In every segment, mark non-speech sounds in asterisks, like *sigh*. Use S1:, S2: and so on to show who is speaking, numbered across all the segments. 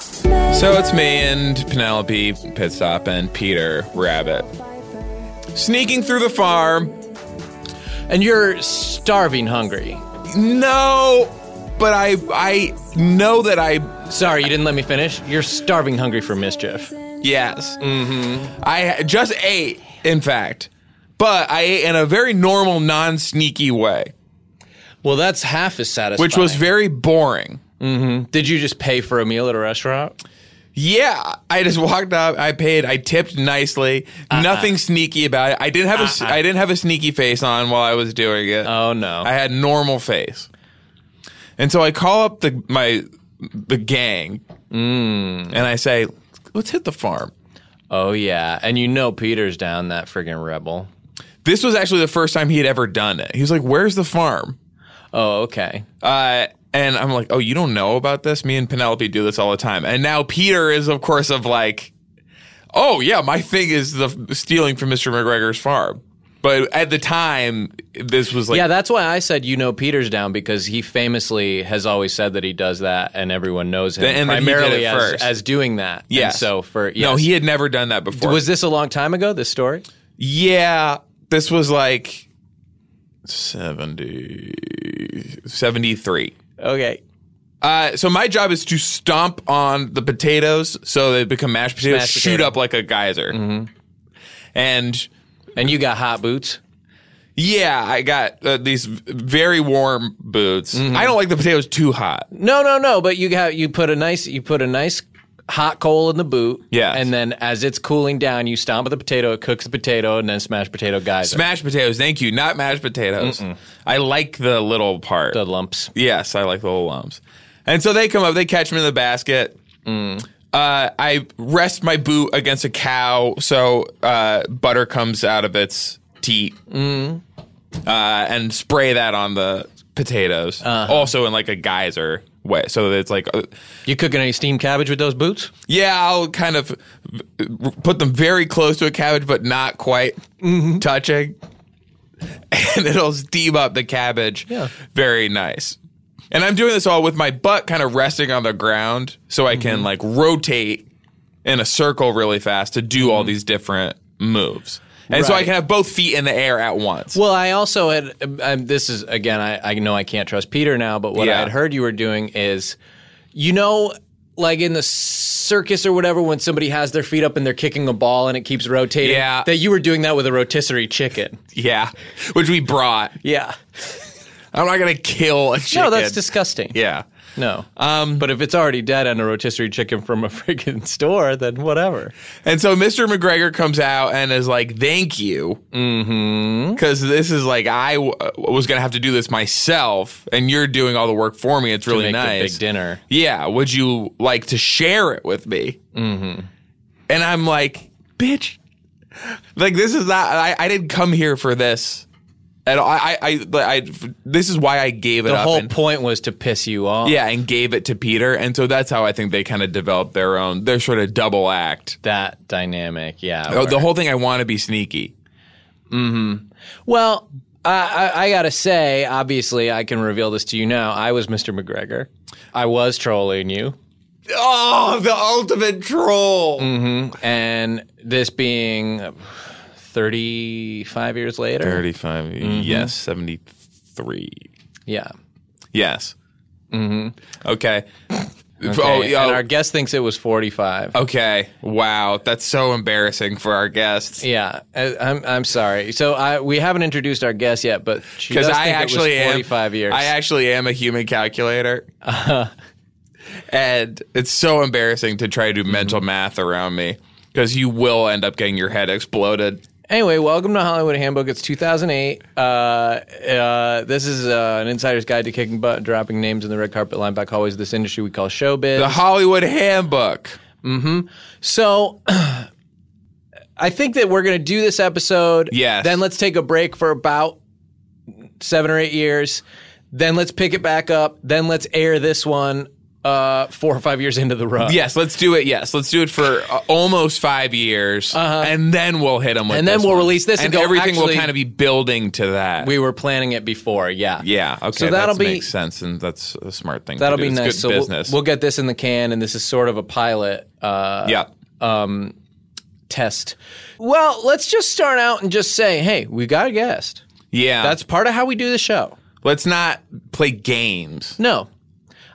S1: So it's me and Penelope Pitstop and Peter Rabbit sneaking through the farm.
S2: And you're starving hungry.
S1: No, but I I know that I
S2: Sorry, you didn't let me finish. You're starving hungry for mischief.
S1: yes. Mm-hmm. I just ate, in fact, but I ate in a very normal, non-sneaky way,
S2: Well, that's half as satisfying.
S1: which was very boring.
S2: Did you just pay for a meal at a restaurant?
S1: Yeah, I just walked up. I paid. I tipped nicely. Nothing sneaky about it. I didn't have a. I didn't have a sneaky face on while I was doing it.
S2: Oh no.
S1: I had normal face, and so I call up the my the gang, mm, and I say, "Let's hit the farm."
S2: oh yeah. And you know Peter's down that friggin' rebel.
S1: This was actually the first time he had ever done it. He was like, "Where's the farm?"
S2: Oh, okay.
S1: Uh, and I'm like, "Oh, you don't know about this? Me and Penelope do this all the time." And now Peter is, of course, of like, "Oh yeah, my thing is the stealing from Mr. McGregor's farm." But at the time, this was like,
S2: yeah, that's why I said you know Peter's down because he famously has always said that he does that, and everyone knows him
S1: And that he did
S2: primarily
S1: it
S2: as,
S1: first.
S2: as doing that. And
S1: Yes.
S2: so for yes.
S1: no, he had never done that before.
S2: was this a long time ago? This story?
S1: Yeah, this was like 70, 73.
S2: Okay.
S1: Uh, so my job is to stomp on the potatoes so they become mashed potatoes,
S2: Smashed
S1: shoot
S2: potato. Mm-hmm.
S1: up like a geyser. And
S2: And you got hot boots.
S1: yeah, I got uh, these v- very warm boots.
S2: Mm-hmm.
S1: I don't like the potatoes too hot.
S2: No, no, no. But you got you put a nice you put a nice hot coal in the boot.
S1: Yes.
S2: And then as it's cooling down, you stomp at the potato. It cooks the potato, and then smash potato guys.
S1: Mashed potatoes, thank you. Not mashed potatoes. I like the little part.
S2: the lumps.
S1: Yes, I like the little lumps. And so they come up, they catch me in the basket. Uh, I rest my boot against a cow, so uh, butter comes out of its teat, uh, and spray that on the potatoes. Also in like a geyser way, so that it's like, uh,
S2: You cooking any steamed cabbage with those boots?
S1: yeah, I'll kind of uh, put them very close to a cabbage, but not quite
S2: Mm-hmm.
S1: touching, *laughs* and it'll steam up the cabbage.
S2: Yeah.
S1: very nice. And I'm doing this all with my butt kind of resting on the ground so I
S2: Mm-hmm.
S1: can like rotate in a circle really fast to do all these different moves. And so I
S2: Mm-hmm. Right.
S1: can have both feet in the air at once.
S2: Well, I also had. Um, this is again. I, I know I can't trust Peter now, but what
S1: Yeah.
S2: I had heard you were doing is, you know, like in the circus or whatever, when somebody has their feet up and they're kicking a ball and it keeps rotating.
S1: Yeah.
S2: That you were doing that with a rotisserie chicken.
S1: yeah. Which we brought.
S2: Yeah.
S1: I'm not going to kill a chicken.
S2: No, that's disgusting.
S1: Yeah.
S2: No. Um, but if it's already dead on a rotisserie chicken from a *laughs* freaking store, then whatever.
S1: And so Mr. McGregor comes out and is like, thank you.
S2: Mm-hmm.
S1: Because this is like, I w- uh, was going to have to do this myself, and you're doing all the work for me. It's really
S2: Make
S1: nice.
S2: the big dinner.
S1: yeah, would you like to share it with me? Mm-hmm. And I'm like, bitch, like this is not. I, I didn't come here for this. And I, I, I, I, this is why I gave it
S2: The
S1: up.
S2: whole
S1: and,
S2: point was to piss you off.
S1: yeah, and gave it to Peter. And so that's how I think they kind of developed their own, their sort of double act.
S2: That dynamic. Yeah.
S1: Oh,
S2: where-
S1: the whole thing, I want to be sneaky.
S2: well, I, I, I got to say, obviously, I can reveal this to you now. I was Mr. McGregor. I was trolling you.
S1: Oh, the ultimate troll.
S2: And this being uh, 35 years later.
S1: 35,
S2: Mm-hmm.
S1: yes, 73.
S2: Yeah.
S1: Yes. Mm-hmm. Okay. Oh,
S2: Okay,
S1: yeah.
S2: And our guest thinks it was 45.
S1: Okay. Wow. That's so embarrassing for our guests.
S2: Yeah, I, I'm I'm sorry. So I we haven't introduced our guest yet, but she does
S1: Because I
S2: think
S1: actually
S2: it was
S1: am
S2: 45 years. Uh-huh.
S1: I actually am a human calculator. and it's so embarrassing to try to do
S2: Mm-hmm.
S1: mental math around me. Because you will end up getting your head exploded.
S2: anyway, welcome to Hollywood Handbook. It's 2008. Uh, uh, this is uh, an insider's guide to kicking butt, and dropping names in the red carpet, line back hallways. of This industry we call showbiz.
S1: The Hollywood Handbook.
S2: so. *clears throat* I think that we're going to do this episode.
S1: Yes.
S2: Then let's take a break for about seven or eight years. Then let's pick it back up. Then let's air this one. uh, four or five years into the run.
S1: Yes, let's do it. Yes, let's do it for uh, almost five years, and then we'll hit them. With
S2: Uh-huh. And then
S1: this
S2: we'll
S1: one.
S2: release this and
S1: and,
S2: go,
S1: everything will
S2: actually-
S1: kind of be building to that.
S2: We were planning it before, yeah.
S1: yeah, okay,
S2: So that'll
S1: that
S2: be-
S1: makes sense, and that's a smart thing.
S2: That'll
S1: to do.
S2: be
S1: It's
S2: nice.
S1: Good
S2: so we'll-
S1: business.
S2: We'll, get this in the can, and this is sort of a pilot uh,
S1: yeah,
S2: test. Well, let's just start out and just say, hey, we got a guest.
S1: yeah.
S2: That's part of how we do the show.
S1: let's not play games.
S2: No.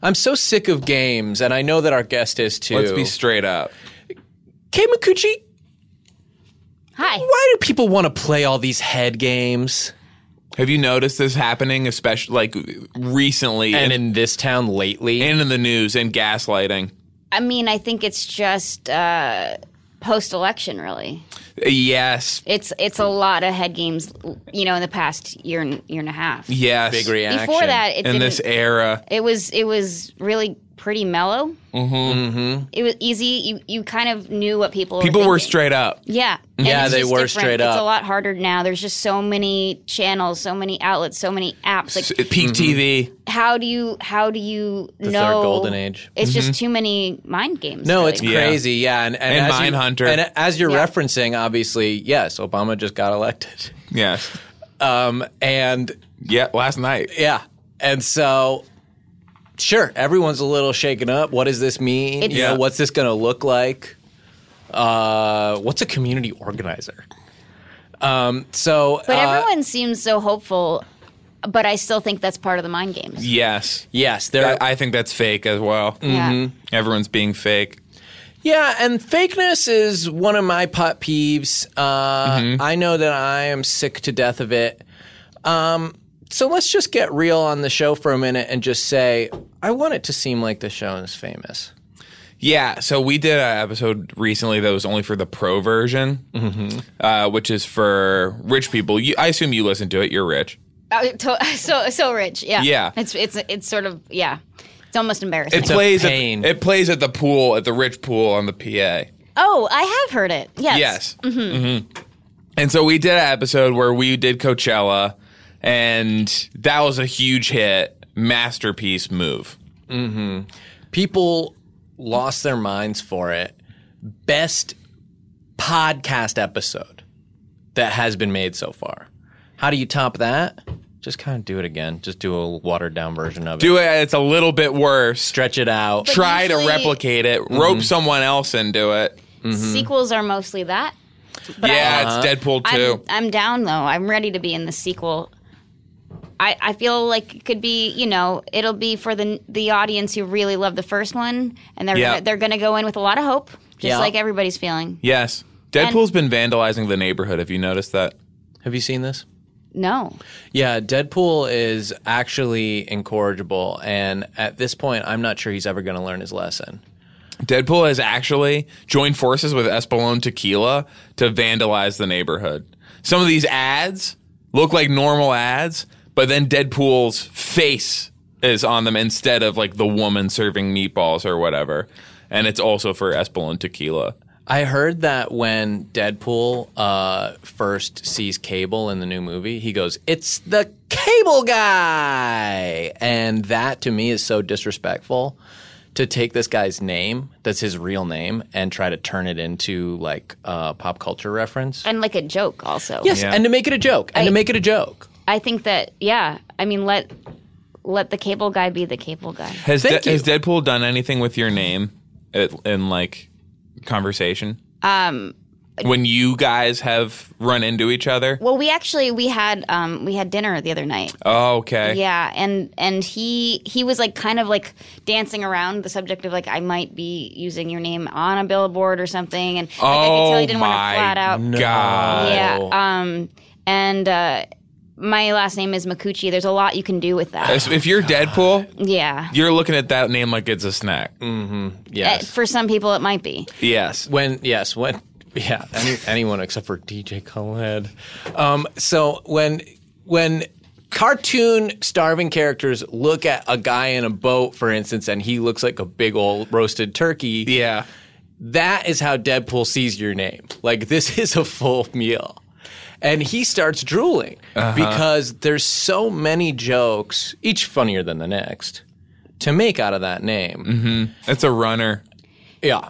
S2: I'm so sick of games, and I know that our guest is too.
S1: Let's be straight up.
S2: Kay Micucci,
S3: Hi.
S2: why do people want to play all these head games?
S1: Have you noticed this happening, especially like recently
S2: And
S1: and in,
S2: in this town lately?
S1: and in the news and gaslighting?
S3: I mean, I think it's just uh, post election, really.
S1: Yes,
S3: It's it's a lot of head games, you know, in the past year and year and a half.
S1: yes.
S2: Big reaction.
S3: Before that, it
S1: in
S3: didn't,
S1: this era,
S3: it was it was really pretty mellow. Mm-hmm. It was easy. You you kind of knew what people
S1: people were
S3: thinking.
S1: straight up.
S3: Yeah. And
S2: Yeah,
S3: it's
S2: they
S3: just
S2: were
S3: different.
S2: straight
S3: It's
S2: up.
S3: a lot harder now. There's just so many channels, so many outlets, so many apps. Like
S1: Peak TV.
S2: Mm-hmm.
S3: how do you how do you
S2: That's
S3: know
S2: our golden age.
S3: It's just
S1: Mm-hmm.
S3: too many mind games.
S2: No,
S3: really.
S2: it's crazy. Yeah, and and,
S1: And
S2: as you-
S1: Mindhunter.
S2: And as you're
S3: Yeah.
S2: referencing, obviously, yes, Obama just got elected.
S1: Yes.
S2: Um, and
S1: Yeah, last night.
S2: yeah, and so sure, everyone's a little shaken up. What does this mean?
S3: It's-
S2: you know,
S1: Yeah.
S2: what's this going to look like? Uh, what's a community organizer? Um, so,
S3: But
S2: uh,
S3: everyone seems so hopeful. But I still think that's part of the mind games.
S1: Yes.
S2: yes, there.
S1: I, I think that's fake as well.
S3: Yeah. Mm.
S1: Everyone's being fake.
S2: Yeah, and fakeness is one of my pet peeves. Uh, I know that I am sick to death of it. Um, so let's just get real on the show for a minute and just say, I want it to seem like the show is famous.
S1: Yeah, so we did an episode recently that was only for the pro version, uh, which is for rich people. You, I assume you listen to it. You're rich.
S3: Uh, to- *laughs* so so rich. Yeah.
S1: Yeah.
S3: It's it's it's sort of yeah. It's almost embarrassing.
S1: It plays. At,
S2: pain.
S1: it plays at the pool at the rich pool on the PA.
S3: oh, I have heard it. Yes.
S1: Yes. Mm-hmm. And so we did an episode where we did Coachella, and that was a huge hit, masterpiece move.
S2: People lost their minds for it. Best podcast episode that has been made so far. How do you top that? Just kind of do it again. Just do a watered down version of it.
S1: Do it. It's a little bit worse.
S2: Stretch it out.
S1: Try to
S3: usually-
S1: replicate it. Rope someone else into it.
S3: Sequels are mostly that. But I-
S1: Mm-hmm. yeah, it's Deadpool
S3: I'm,
S1: too.
S3: I'm down though. I'm ready to be in the sequel. I, I feel like it could be you know it'll be for the the audience who really loved the first one and they're
S1: Yeah.
S3: gonna, they're gonna go in with a lot of hope just
S2: Yeah.
S3: like everybody's feeling.
S1: Yes. Deadpool's been vandalizing the neighborhood. Have you noticed that?
S2: Have you seen this?
S3: No,
S2: Yeah, Deadpool is actually incorrigible, and at this point, I'm not sure he's ever going to learn his lesson.
S1: Deadpool has actually joined forces with Espolón Tequila to vandalize the neighborhood. Some of these ads look like normal ads, but then Deadpool's face is on them instead of like the woman serving meatballs or whatever. And it's also for Espolón Tequila.
S2: I heard that when Deadpool uh, first sees Cable in the new movie, he goes, "It's the Cable guy," and that to me is so disrespectful. To take this guy's name, that's his real name, and try to turn it into like a pop culture reference.
S3: and like a joke also.
S2: Yes,
S1: Yeah.
S2: and to make it a joke, and to make it a joke.
S3: I think that yeah. I mean let let the cable guy be the cable guy.
S1: Has,
S2: Thank
S1: De-
S2: you.
S1: has Deadpool done anything with your name at, in like conversation? Um, when you guys have run into each other?
S3: Well, we actually we had um, we had dinner the other night.
S1: Oh, okay.
S3: Yeah, and and he he was like kind of like dancing around the subject of like I might be using your name on a billboard or something, and like, I could tell
S1: Oh
S3: he didn't want
S1: my
S3: to flat out.
S1: god.
S3: Yeah. Um. And uh, my last name is Makuchi. There's a lot you can do with that.
S1: If if you're Deadpool,
S3: yeah.
S1: you're looking at that name like it's a snack.
S3: Uh,
S2: Yes.
S3: For some people, it might be.
S1: Yes.
S2: when yes when *laughs* yeah any, anyone except for dj khaled um, so when when cartoon starving characters look at a guy in a boat for instance and he looks like a big old roasted turkey
S1: Yeah.
S2: that is how deadpool sees your name like this *laughs* is a full meal and he starts drooling because there's so many jokes each funnier than the next to make out of that name.
S1: It's a runner.
S2: Yeah.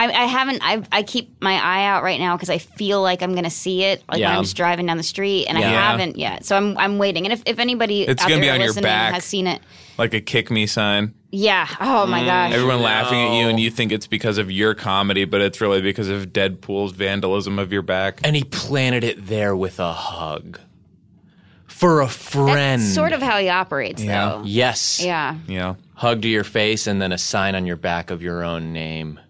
S3: I, I haven't. I, I keep my eye out right now because I feel like I'm going to see it, like
S2: Yeah.
S3: when I'm just driving down the street, and I
S2: Yeah.
S3: haven't yet. So I'm I'm waiting. And if, if anybody
S1: It's
S3: out
S1: gonna
S3: there
S1: be on your
S3: listening
S1: back.
S3: has seen it,
S1: Like a kick me sign.
S3: yeah. Oh my gosh.
S1: Mm. Everyone laughing at you, and you think it's because of your comedy, but it's really because of Deadpool's vandalism of your back.
S2: And he planted it there with a hug for a friend.
S3: That's sort of how he operates, though.
S2: Yes.
S3: Yeah.
S1: Yeah.
S2: Hug to your face and then a sign on your back of your own name.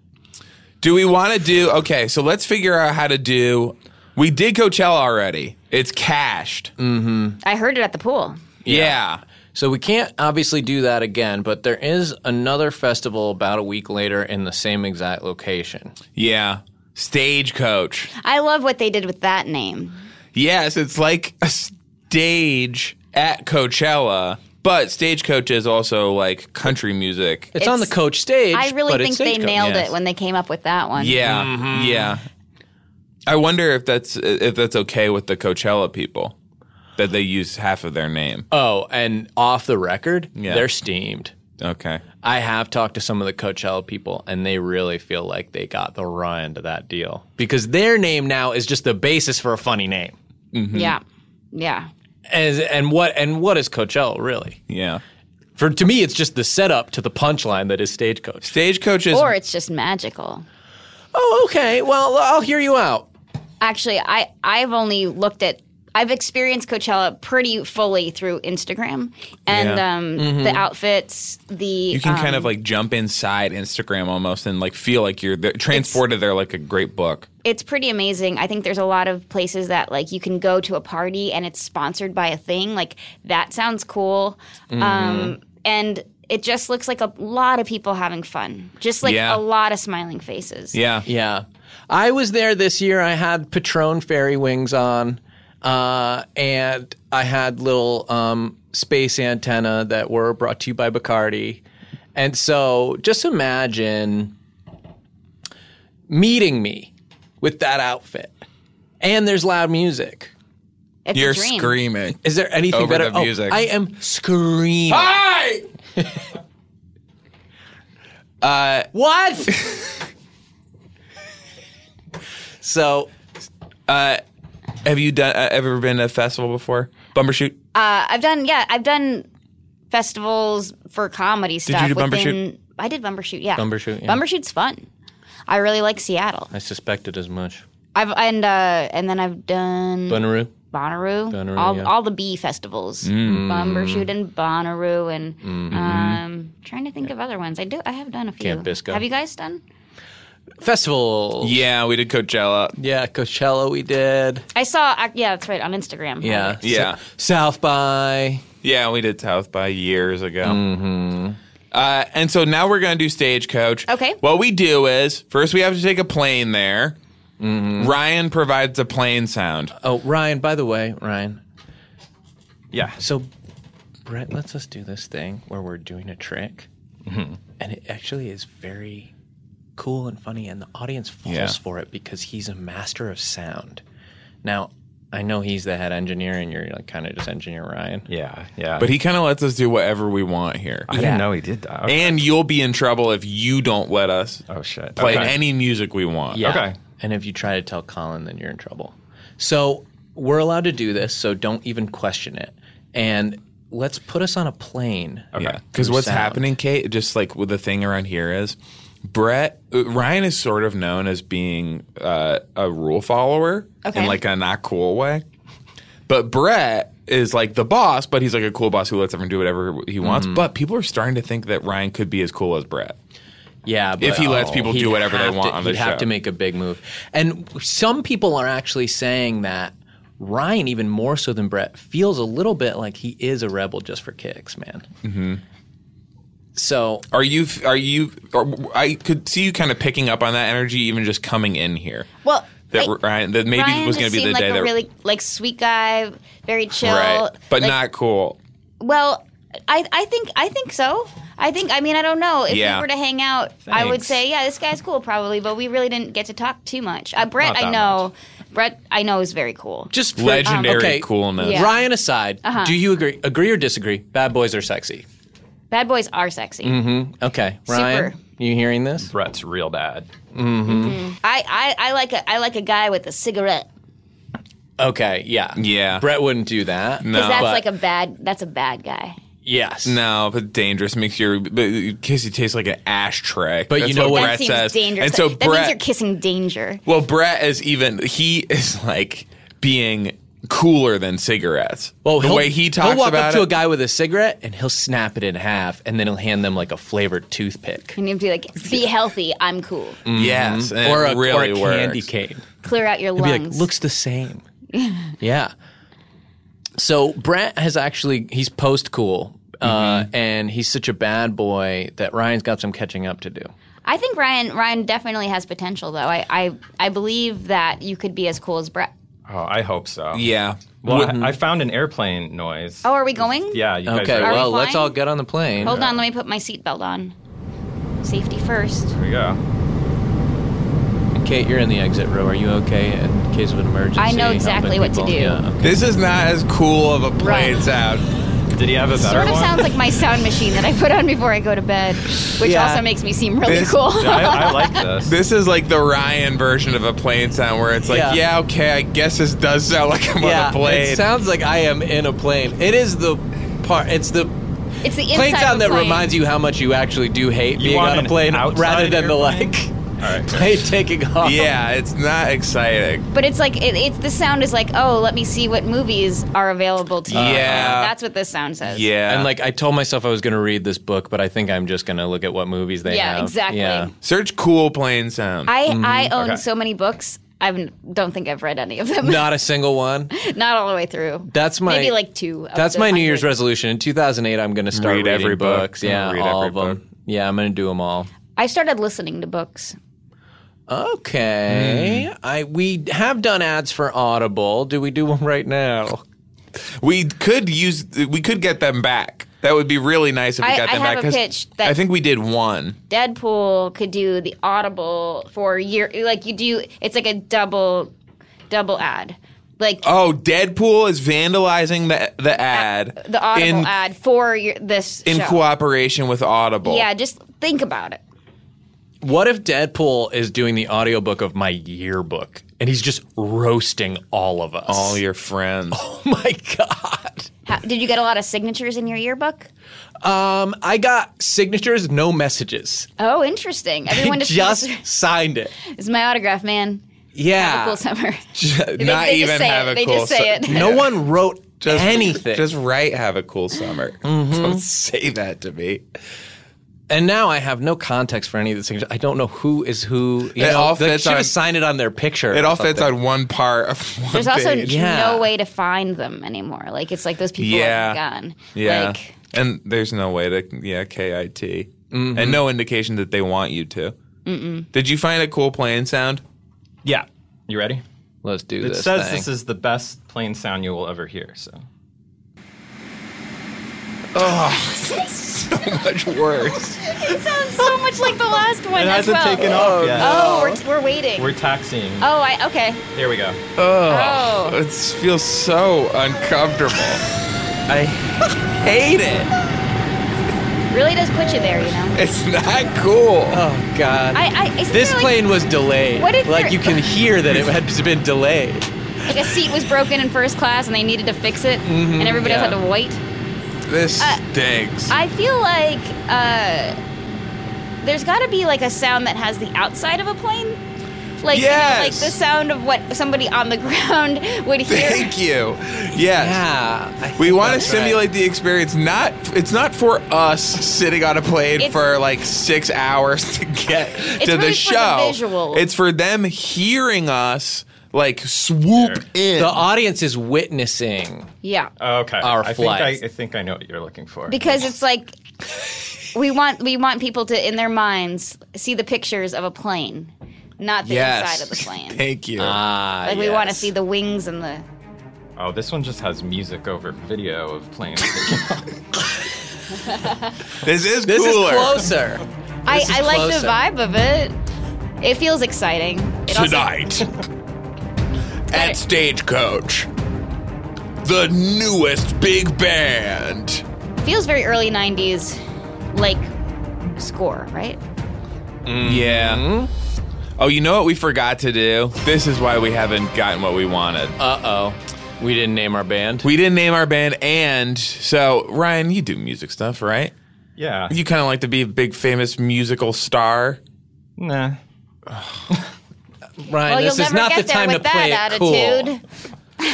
S1: Do we want to do? Okay, so let's figure out how to do. We did Coachella already. It's cashed.
S3: I heard it at the pool.
S1: Yeah.
S2: So we can't obviously do that again, but there is another festival about a week later in the same exact location.
S1: Yeah. Stagecoach.
S3: I love what they did with that name.
S1: Yes, it's like a stage at Coachella, but Stagecoach is also like country music.
S2: It's, on the
S3: It's-
S2: coach stage.
S3: I really
S2: but
S3: think
S2: it's
S3: they
S2: Stagecoach.
S3: nailed
S1: yes.
S3: it when they came up with that one.
S1: Yeah. Yeah. I wonder if that's if that's okay with the Coachella people that they use half of their name.
S2: Oh, and off the record,
S1: Yeah.
S2: they're steamed.
S1: Okay.
S2: I have talked to some of the Coachella people, and they really feel like they got the raw end of that deal because their name now is just the basis for a funny name.
S3: Yeah. Yeah.
S2: And, and what and what is Coachella really?
S1: Yeah.
S2: For to me, it's just the setup to the punchline that is Stagecoach.
S1: Stagecoach is
S3: Or it's just magical.
S2: Oh, okay. Well, I'll hear you out.
S3: Actually, I I've only looked at I've experienced Coachella pretty fully through Instagram and
S1: Yeah.
S3: um, the outfits, the um,
S1: You can kind of like jump inside Instagram almost and like feel like you're there, transported there like a great book.
S3: it's pretty amazing. I think there's a lot of places that like you can go to a party and it's sponsored by a thing. Like that sounds cool. Um, and it just looks like a lot of people having fun. Just like
S1: Yeah.
S3: a lot of smiling faces.
S1: Yeah.
S2: Yeah, I was there this year. I had Patron fairy wings on, uh, and I had little um, space antenna that were brought to you by Bacardi. And so, just imagine meeting me with that outfit, and there's loud music.
S3: It's
S1: You're
S3: a dream.
S1: screaming.
S2: Is there anything
S1: Over
S2: better?
S1: the music.
S2: Oh, I am screaming.
S1: Hi! *laughs*
S2: What? so
S1: Have you done uh, ever been to a festival before? Bumbershoot?
S3: Uh, I've done yeah, I've done festivals for comedy stuff.
S1: do Bumbershoot?
S3: within- I did Bumbershoot, yeah.
S2: Bumbershoot, yeah.
S3: Bumbershoot's fun. I really like Seattle.
S2: I suspected as much.
S3: I've and uh, and then I've done
S2: Bunaroo.
S3: Bonnaroo,
S2: Bonnaroo,
S3: all,
S2: yeah.
S3: all the bee festivals,
S1: Mm.
S3: Bumbershoot and Bonnaroo, and
S1: Mm-hmm.
S3: um, trying to think of other ones. I do, I have done a few.
S2: Camp Bisco.
S3: Have you guys done?
S2: Festival.
S1: yeah, we did Coachella.
S2: Yeah, Coachella we did.
S3: I saw, I, yeah, that's right, on Instagram.
S2: Yeah.
S1: Yeah.
S2: S- South by.
S1: Yeah, we did South by years ago. Mm-hmm. Uh, and so now we're going to do Stagecoach.
S3: Okay.
S1: What we do is first we have to take a plane there. Ryan provides a plane sound.
S2: Oh, Ryan, by the way, Ryan.
S1: Yeah.
S2: So Brett lets us do this thing where we're doing a trick.
S1: Mm-hmm.
S2: And it actually is very cool and funny, and the audience falls
S1: Yeah.
S2: for it because he's a master of sound. Now, I know he's the head engineer, and you're like kind of just engineer Ryan.
S4: Yeah, yeah.
S1: But he kind of lets us do whatever we want here.
S4: I didn't know he did that. Okay.
S1: And you'll be in trouble if you don't let us
S4: oh shit.
S1: play
S4: Okay.
S1: any music we want.
S4: Okay.
S2: And if you try to tell Colin, then you're in trouble. So we're allowed to do this, so don't even question it. And let's put us on a plane.
S1: Yeah. Because what's
S2: Sound.
S1: happening, Kate, just like with the thing around here is Brett, uh, Ryan is sort of known as being uh, a rule follower
S3: Okay.
S1: in like a not cool way. But Brett is like the boss, but he's like a cool boss who lets everyone do whatever he wants. But people are starting to think that Ryan could be as cool as Brett.
S2: Yeah, but, oh,
S1: If he lets people do
S2: he'd
S1: whatever they
S2: have
S1: want
S2: to,
S1: on the
S2: he'd have
S1: show.
S2: to make a big move. And some people are actually saying that Ryan, even more so than Brett, feels a little bit like he is a rebel just for kicks, man. Mm-hmm. So
S1: Are you? Are you? Are, I could see you kind of picking up on that energy, even just coming in here.
S3: Well,
S1: that
S3: I-
S1: Ryan, that maybe
S3: Ryan
S1: was
S3: just
S1: going to be the
S3: seemed like
S1: day
S3: a
S1: that
S3: really like sweet guy, very chill,
S1: right, but
S3: like,
S1: not cool.
S3: Well, I, I think I think so. I think I mean I don't know if
S1: Yeah.
S3: we were to hang out, I would
S1: Thanks.
S3: say yeah, this guy's cool probably, but we really didn't get to talk too much. Uh, Brett,
S4: Not
S3: I
S4: that
S3: know, Brett, I know is very cool.
S2: just for,
S1: Legendary
S2: okay,
S1: coolness.
S3: Yeah. Uh-huh.
S2: Ryan aside, do you agree? Agree or disagree? Bad boys are sexy.
S3: Bad boys are sexy.
S2: Okay, Ryan, you hearing this?
S4: Brett's real bad.
S3: I, I, I like a I like a guy with a cigarette
S2: Okay, yeah,
S1: Yeah.
S2: Brett wouldn't do that.
S1: No.
S3: because that's
S2: but-
S3: like a bad that's a bad guy.
S2: Yes.
S1: No, but dangerous makes your but kissy tastes like an ashtray.
S2: But
S1: That's
S2: you know
S1: what
S2: what-
S3: That
S1: Brett
S3: seems
S1: says.
S3: dangerous.
S1: And so
S3: that means
S1: Brett,
S3: you're kissing danger.
S1: *laughs* well, Brett is even he is like being cooler than cigarettes.
S2: Well,
S1: the
S2: he'll-
S1: way he talks
S2: he'll walk
S1: about
S2: up to
S1: it,
S2: a guy with a cigarette and he'll snap it in half, and then he'll hand them like a flavored toothpick
S3: And you'd be like, be healthy. I'm cool.
S1: Mm. yes, and
S2: or
S1: it
S2: a,
S1: really
S2: or a
S1: works.
S2: candy cane.
S3: Clear out your
S2: Be like,
S3: lungs.
S2: looks the
S3: *laughs*
S2: same. yeah. So Brett has actually he's post cool, uh,
S1: Mm-hmm.
S2: and he's such a bad boy that Ryan's got some catching up to do.
S3: I think Ryan Ryan definitely has potential though. I, I I believe that you could be as cool as Brett.
S4: Oh, I hope so.
S1: Yeah.
S4: Well, I, I found an airplane noise.
S3: Oh, are we going?
S4: Yeah, you guys
S2: Okay,
S4: are.
S3: we
S2: well let's
S3: flying?
S2: all get on the plane.
S3: Hold on, let me put my seatbelt on. Safety first.
S4: There we go.
S2: Kate, you're in the exit row. Are you okay in case of an emergency?
S3: I know
S2: helping
S3: exactly what to
S2: people?
S3: do.
S2: Yeah, okay.
S1: This is not as cool of a play
S3: Right.
S1: it's out.
S4: Did he have a better
S3: Sort of
S4: one? *laughs*
S3: sounds like my sound machine that I put on before I go to bed, which
S2: Yeah.
S3: also makes me seem really
S1: This-
S3: cool.
S4: Yeah, I, I
S2: *laughs*
S4: like this.
S1: This is like the Ryan version of a plane sound where it's like,
S2: Yeah.
S1: yeah, okay, I guess this does sound like I'm on a plane.
S2: it sounds like I am in a plane. It is the part. It's the
S3: *laughs* it's the inside
S2: plane sound
S3: of a
S2: that
S3: plane.
S2: reminds you how much you actually do hate
S4: You
S2: being
S4: want
S2: on a
S4: an
S2: plane,
S4: outside
S2: rather than the
S4: airplane?
S2: like
S4: All right.
S2: *laughs* plane taking off.
S1: yeah, it's not exciting.
S3: But it's like it, it's the sound is like, oh, let me see what movies are available to you.
S1: Yeah.
S3: that's what this sound says.
S1: Yeah.
S2: And like I told myself I was going to read this book, but I think I'm just going to look at what movies they
S3: Yeah,
S2: have.
S3: exactly. *laughs*
S1: search cool plane sound.
S3: I I own
S4: Mm-hmm. Okay.
S3: so many books. I don't think I've read any of them.
S2: Not a single one.
S3: *laughs* Not all the way through.
S2: That's my
S3: maybe like two. of
S2: That's
S3: the
S2: my New Year's
S3: 100.
S2: resolution. In 2008, I'm going to start
S1: Read
S2: reading
S1: every book.
S2: books. Yeah,
S1: Read
S2: all of
S1: every
S2: them.
S1: book.
S2: Yeah, I'm going to do them all.
S3: I started listening to books.
S2: Okay. Hmm. I we have done ads for Audible. Do we do one right now?
S1: we could use we could get them back. That would be really nice if we
S3: I-
S1: got
S3: I
S1: them
S3: have
S1: back
S3: a
S1: 'cause
S3: pitch that-
S1: I think we did one.
S3: Deadpool could do the audible for year. Like you do, it's like a double, double ad. Like
S1: Oh, Deadpool is vandalizing the the ad.
S3: the audible
S1: in,
S3: ad for your, this
S1: in
S3: show.
S1: cooperation with Audible.
S3: Yeah, just think about it.
S2: What if Deadpool is doing the audiobook of my yearbook and he's just roasting all of us?
S1: All your friends.
S2: *laughs*
S1: *laughs*
S2: oh my god.
S3: How, did you get a lot of signatures in your yearbook?
S2: Um I got signatures, no messages.
S3: Oh, interesting. Everyone just,
S2: just
S3: *laughs*
S2: signed it.
S3: is my autograph man.
S2: Yeah.
S3: Cool summer.
S1: Not
S3: *laughs* they just
S1: even
S3: say
S1: have
S3: it.
S1: a
S3: They
S1: cool
S3: just say
S1: su-
S3: it. *laughs*
S2: No one wrote
S1: *laughs*
S2: anything.
S1: Just write have a cool summer. Don't say that to me.
S2: and now I have no context for any of the signatures. I don't know who is who. You
S1: It
S2: know,
S1: all
S2: they
S1: fits
S2: should
S1: on-
S2: have signed it on their picture.
S1: It
S2: or
S1: all fits
S2: something.
S1: on one part of one
S3: There's also
S1: page.
S2: Yeah.
S3: no way to find them anymore. Like it's like those people
S1: Yeah.
S3: are gone.
S1: Yeah.
S3: Like,
S1: and there's no way to, yeah, KIT. And no indication that they want you to. Mm-mm. Did you find a cool plane
S3: *laughs*
S1: sound?
S4: Yeah. You ready?
S2: Let's do
S4: It
S2: this.
S4: says
S2: thing.
S4: this is the best plane sound you will ever hear. So
S1: so much worse.
S3: it sounds so much like the last one.
S4: it
S3: as
S4: hasn't
S3: well.
S4: taken off yet.
S3: Oh, we're, we're waiting.
S4: We're taxiing.
S3: oh, I okay.
S4: There we go.
S3: Oh.
S1: It feels so uncomfortable. I *laughs* hate it.
S3: Really does put you there, you know.
S1: It's not cool.
S2: oh god.
S3: I, I is
S2: this
S3: there, like,
S2: plane was delayed.
S3: What if
S2: like
S3: there-
S2: you
S3: *laughs*
S2: can hear that it had been delayed.
S3: like a seat was broken in first class and they needed to fix it,
S1: Mm-hmm,
S3: and everybody else
S2: yeah.
S3: had to wait.
S1: This
S3: uh,
S1: stinks.
S3: I feel like uh, there's got to be like a sound that has the outside of a plane, like
S1: Yes.
S3: like the sound of what somebody on the *laughs* ground would hear.
S1: Thank you. Yes.
S2: Yeah. I
S1: We
S2: think
S1: want to
S2: that's right.
S1: simulate the experience. Not it's not for us sitting on a plane
S3: It's-
S1: for like six hours to get to the
S3: really for the
S1: show.
S3: visual.
S1: It's for them hearing us like swoop in.
S2: The audience is witnessing.
S3: Yeah,
S4: Okay.
S2: Uh, Our
S4: I
S2: flight.
S4: think I, I think I know what you're looking for.
S3: because it's like we want we want people to in their minds see the pictures of a plane, not the
S1: yes.
S3: inside of the plane.
S1: *laughs* Thank you.
S2: Ah,
S3: Like we want to
S2: yes.
S3: see the wings and the
S4: oh, this one just has music over video of planes.
S1: this is
S2: This
S1: cooler.
S2: is closer.
S3: I,
S2: This is
S3: I like
S2: closer.
S3: the vibe of it. It feels exciting. It also- *laughs*
S1: Tonight at Stagecoach, the newest big band.
S3: feels very early 90s. like score, right?
S1: Yeah. Mm-hmm. Oh, you know what we forgot to do? This is why we haven't gotten what we wanted.
S2: Uh oh. *laughs* We didn't name our band.
S1: We didn't name our band, and so Ryan, you do music stuff, right?
S4: Yeah.
S1: You kind of like to be a big famous musical star.
S4: nah.
S2: Ryan,
S3: well, you'll
S2: this is
S3: never
S2: not the
S3: get there
S2: time to
S3: with
S2: play
S3: that
S2: it
S3: attitude.
S2: cool.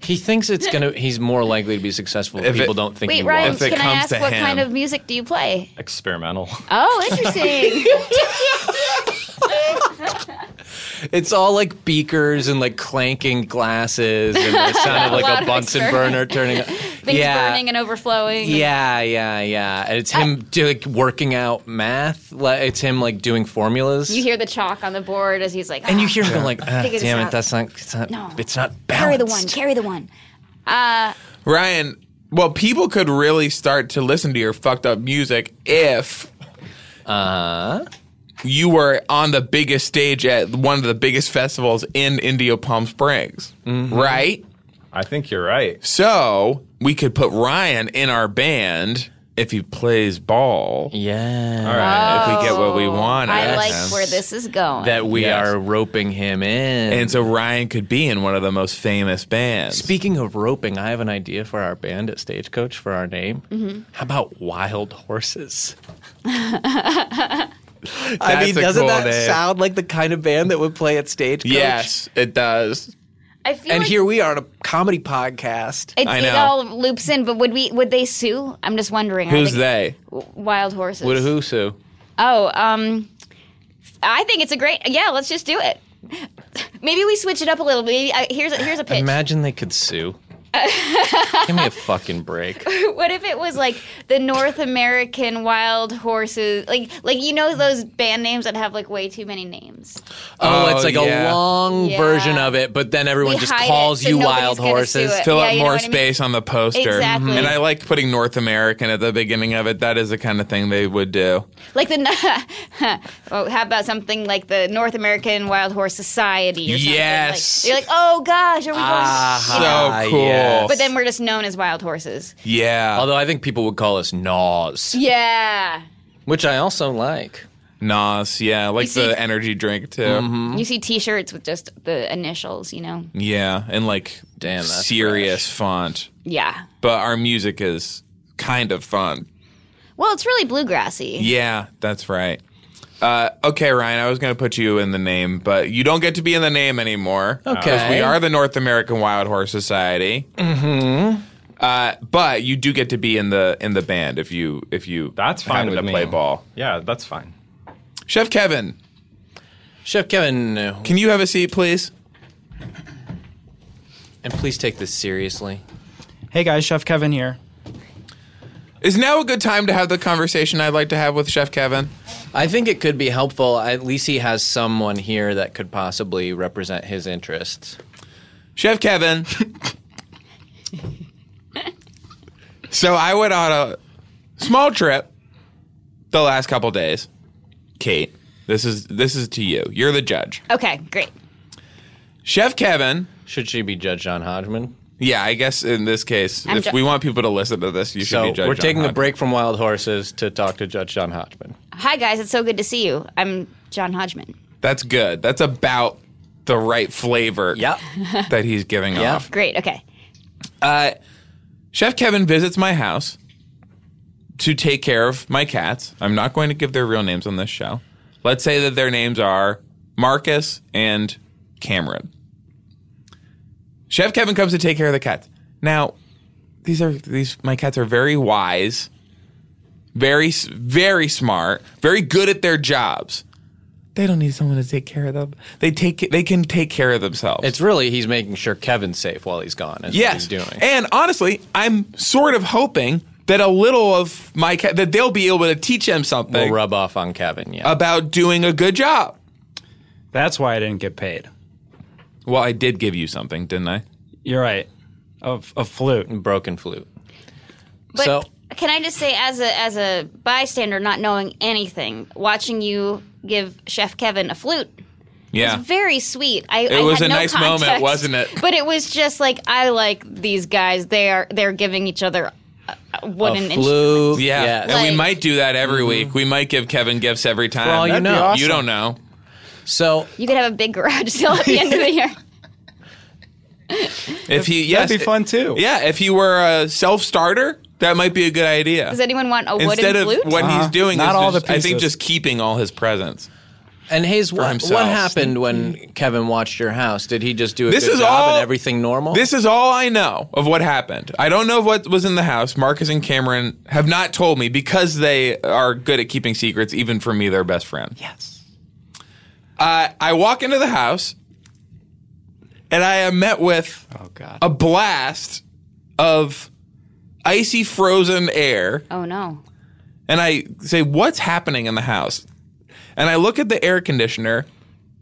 S2: He thinks it's gonna. He's more likely to be successful if,
S1: If it-
S2: people don't think he
S3: Wait, Ryan,
S1: If
S2: was.
S1: it
S3: can I
S1: comes
S3: ask
S1: to
S3: what
S1: him.
S3: kind of music do you play?
S4: Experimental. *laughs*
S3: Oh,
S2: *laughs*
S3: interesting.
S2: It's all like beakers and like clanking glasses and the sound of
S3: *laughs* A lot
S2: like a
S3: of
S2: Bunsen
S3: experiment.
S2: burner turning.
S3: Things
S2: yeah.
S3: burning and overflowing.
S2: yeah, yeah, yeah. And It's him
S3: Uh,
S2: do, like working out math. Like, it's him like doing formulas.
S3: You hear the chalk on the board as he's like,
S2: and you
S3: "Ah,
S2: hear him like, ah,
S3: Figure this
S2: damn it,
S3: out."
S2: that's not, it's not,
S3: No.
S2: it's not
S3: carry
S2: balanced.
S3: the one, carry the one.
S1: Ryan, well, people could really start to listen to your fucked up music if
S2: Uh,
S1: you were on the biggest stage at one of the biggest festivals in Indio Palm Springs, right?
S4: I think you're right.
S1: So we could put Ryan in our band if he plays ball.
S2: yeah.
S4: All right.
S1: If we get what we
S3: Oh,
S1: want,
S3: I like
S1: yes.
S3: where this is going.
S2: That we
S1: Yes.
S2: are roping him in.
S1: And so Ryan could be in one of the most famous bands.
S2: Speaking of roping, I have an idea for our band at Stagecoach for our name.
S3: Mm-hmm.
S2: How about Wild Horses? I mean,
S1: That's a
S2: doesn't
S1: cool
S2: that
S1: name.
S2: sound like the kind of band that would play at Stagecoach?
S1: yes, it does.
S3: I feel
S2: And
S3: like
S2: here we are on a comedy podcast.
S3: it,
S1: I
S3: it
S1: know.
S3: all loops in. But would we? Would they sue? I'm just wondering. I
S1: Who's
S3: think-
S1: they?
S3: Wild horses.
S2: Would who sue?
S3: Oh, um, I think it's a great. Yeah, let's just do it. Maybe we switch it up a little. Maybe I, here's a, here's a pitch.
S2: Imagine they could sue. Give me a fucking break.
S3: *laughs*
S1: Oh,
S3: what if it was like the North American Wild Horses? Like like you know those band names that have like way too many names.
S2: Oh,
S1: Oh,
S2: it's like
S1: yeah.
S2: a long
S3: Yeah.
S2: version of it, but then everyone
S3: We
S2: just
S3: hide it
S2: calls
S3: so
S2: you
S3: nobody's
S2: wild
S3: gonna sue
S2: horses.
S3: it.
S1: Fill
S3: Yeah,
S1: out
S3: you know
S1: more
S3: what I mean?
S1: space on the poster.
S3: Exactly.
S1: And I like putting North American at the beginning of it. That is the kind of thing they would do.
S3: Like the *laughs* oh, how about something like the North American Wild Horse Society or something? Like,
S1: Yes.
S3: you're like, oh gosh, are we going?
S2: Ah,
S1: So cool.
S2: yes.
S3: But then we're just known as wild horses.
S1: Yeah.
S2: Although I think people would call us gnaws,
S3: Yeah.
S2: which I also like.
S1: Nas, yeah, like
S3: see-
S1: the energy drink too.
S3: You see T-shirts with just the initials, you know.
S1: Mm-hmm. Yeah, and like
S2: Damn, that's
S1: serious font.
S3: Yeah.
S1: But our music is kind of fun.
S3: Well, it's really bluegrassy.
S1: Yeah, that's right. Uh, okay, Ryan, I was going to put you in the name, but you don't get to be in the name anymore.
S2: Okay.
S1: We are the North American Wild Horse Society. Mm-hmm. Uh, but you do get to be in the in the band if you if you
S4: That's fine
S1: happen
S4: with
S1: to
S4: me.
S1: play ball.
S4: Yeah, that's fine.
S1: Chef Kevin,
S2: Chef Kevin, uh,
S1: can you have a seat, please?
S2: and please take this seriously.
S5: Hey guys, Chef Kevin here.
S1: Is now a good time to have the conversation I'd like to have with Chef Kevin?
S2: I think it could be helpful. At least he has someone here that could possibly represent his interests.
S1: Chef Kevin. so I went on a small trip the last couple days. Kate, this is this is to you. You're the judge.
S3: Okay, great.
S1: Chef Kevin.
S2: Should she be Judge John Hodgman?
S1: Yeah, I guess in this case,
S3: I'm
S1: if
S3: ju-
S1: we want people to listen to this, you should
S2: so
S1: be judge.
S2: we're taking
S1: John
S2: a break from Wild Horses to talk to Judge John Hodgman.
S3: Hi guys, it's so good to see you. I'm John Hodgman.
S1: Hodgman. That's good. That's about the right flavor that he's giving
S2: Yeah.
S1: off.
S3: Great. Okay.
S1: Uh, Chef Kevin visits my house to take care of my cats. I'm not going to give their real names on this show. Let's say that their names are Marcus and Cameron. Chef Kevin comes to take care of the cats. Now, these are these my cats are very wise, very s- very smart, very good at their jobs. They don't need someone to take care of them. They take they can take care of themselves.
S2: It's really he's making sure Kevin's safe while he's gone. Is
S1: Yes.
S2: what he's doing.
S1: And honestly, I'm sort of hoping that a little of my ca- that they'll be able to teach them
S2: We'll
S1: something
S2: rub off on Kevin. Yeah.
S1: about doing a good job.
S5: That's why I didn't get paid.
S1: Well, I did give you something, didn't I?
S5: You're right. A, a flute.
S2: Broken flute.
S3: But
S2: So-
S3: can I just say, as a as a bystander, not knowing anything, watching you give Chef Kevin a flute,
S1: Yeah.
S3: very sweet. I,
S1: It was a nice moment,
S3: context,
S1: wasn't it?
S3: But it was just like I like these guys. They are they're giving each other. uh, wooden
S2: a
S3: instrument.
S2: flute.
S1: Yeah,
S2: yes.
S1: and we
S3: Like-
S1: might do that every week. We might give Kevin gifts every time.
S2: all you That'd be know.
S1: you
S2: awesome.
S1: don't know.
S2: So
S3: You could have a big *laughs* garage sale at the end of the year.
S1: If he, yes,
S6: That'd be
S4: *laughs*
S6: fun too.
S1: Yeah, if he were a self starter, that might be a good idea.
S3: Does anyone want a wooden
S1: Instead of
S3: flute?
S1: what he's doing,
S5: Not
S1: is
S5: all
S1: just-
S5: the
S1: I think
S5: pieces.
S1: just keeping all his presents.
S2: and Hayes, what,
S1: himself.
S2: what happened when Kevin watched your house? Did he just do a
S1: This
S2: good
S1: is
S2: job
S1: all-
S2: and everything normal?
S1: This is all I know of what happened. I don't know what was in the house. Marcus and Cameron have not told me because they are good at keeping secrets, even from me, their best friend.
S5: Yes.
S1: Uh, I walk into the house and I am met with
S5: Oh God.
S1: a blast of icy frozen air.
S3: oh no.
S1: And I say, What's happening in the house? And I look at the air conditioner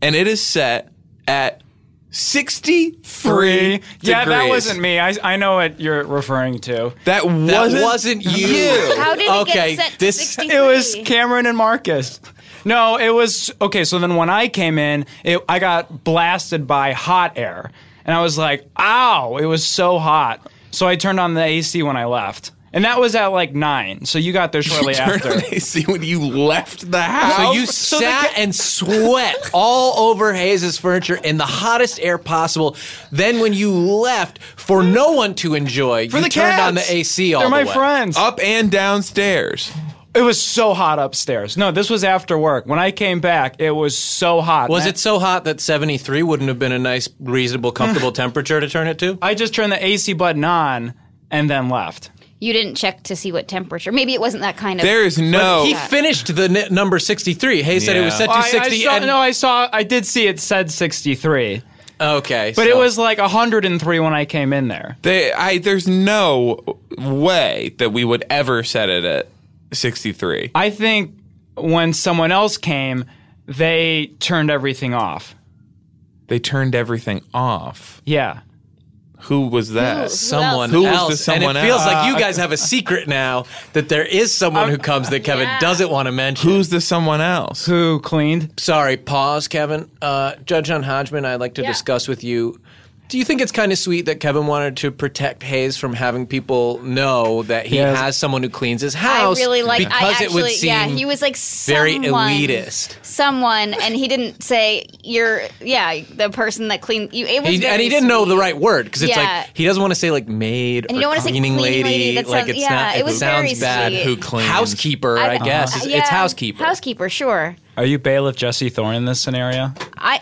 S1: and it is set at 63
S5: Three. Yeah, that
S1: degrees.
S5: wasn't me. I, I know what you're referring to.
S1: That wasn't,
S2: that wasn't you.
S3: *laughs* How did
S2: okay,
S3: it get set
S2: this
S3: to 63?
S5: It was Cameron and Marcus. No, it was okay. So then when I came in, it, I got blasted by hot air, and I was like, "Ow!" It was so hot. So I turned on the AC when I left, and that was at like nine. So *laughs* you got there shortly
S1: Turn
S5: after.
S1: on AC when you left the house.
S2: So you sat and sweat all over Hayes's furniture in the hottest air possible. Then when you left for no one to enjoy, you
S5: the
S2: turned on
S5: cats.
S2: the AC all
S5: They're my
S2: the way.
S5: friends.
S1: up and downstairs.
S5: It was so hot upstairs. No, this was after work. When I came back, it was so hot.
S2: Was
S5: And
S2: it so hot that 73 wouldn't have been a nice, reasonable, comfortable temperature to turn it to?
S5: I just turned the AC button on and then left.
S3: You didn't check to see what temperature. Maybe it wasn't that kind of.
S1: There is no.
S2: He finished the n- number 63. Hayes said it was
S1: Yeah.
S2: set to
S5: I, I
S2: 60.
S5: saw,
S2: and-
S5: no, I saw. I did see it said sixty-three,
S2: okay.
S5: but it
S2: so-
S5: was like hundred and three when I came in there.
S1: They, I, there's no way that we would ever set it at 63.
S5: I think when someone else came, they turned everything off.
S1: They turned everything off.
S5: Yeah.
S1: Who was that?
S2: someone
S1: Who was the
S2: else.
S1: someone
S2: and it feels
S1: else?
S2: like you guys have a secret now that there is someone who comes that Kevin
S3: Yeah.
S2: doesn't want to mention.
S1: Who's the someone else?
S5: Who cleaned?
S2: Sorry, pause, Kevin. Uh, Judge John Hodgman, I'd like to
S3: Yeah.
S2: discuss with you. Do you think it's kind of sweet that Kevin wanted to protect Hayes from having people know that he
S5: Yes.
S2: has someone who cleans his
S3: I
S2: house?
S3: really like.
S2: because
S3: I actually,
S2: it would seem
S3: yeah, he was like
S2: very
S3: someone,
S2: elitist.
S3: Someone, and he didn't say you're, yeah, the person that cleaned you. It was
S2: He, and
S3: very
S2: he didn't know the
S3: sweet.
S2: right word because it's
S3: Yeah.
S2: like he doesn't want to say like maid
S3: And
S2: or
S3: you don't wanna say
S2: cleaning
S3: cleaning
S2: lady.
S3: lady, that
S2: like
S3: sounds-
S2: it's
S3: yeah,
S2: not.
S3: it was
S2: sounds
S3: very
S2: bad.
S3: sweet.
S1: Who cleans?
S2: Housekeeper, I, guess. It's, it's
S3: yeah,
S2: housekeeper.
S3: Housekeeper, sure.
S5: Are you bailiff Jesse Thorne in this scenario?
S3: I,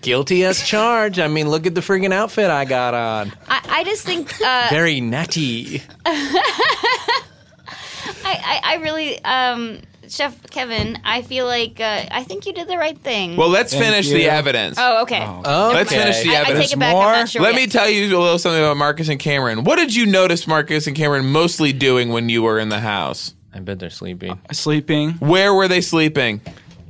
S2: Guilty
S3: *laughs*
S2: as charged. I mean, look at the freaking outfit I got on.
S3: I, I just think uh,
S2: *laughs* Very natty.
S3: I, I, I really, um, Chef Kevin, I feel like uh, I think you did the right thing.
S1: Well, let's finish the
S5: you.
S1: evidence.
S3: oh, okay.
S2: Okay.
S1: Let's finish the
S3: I, I
S1: evidence.
S3: take it back.
S5: More?
S3: I'm not sure.
S1: Let
S3: yet.
S1: me tell you a little something about Marcus and Cameron. What did you notice Marcus and Cameron mostly doing when you were in the house?
S2: I bet they're sleepy.
S5: Sleeping.
S1: Where were they sleeping?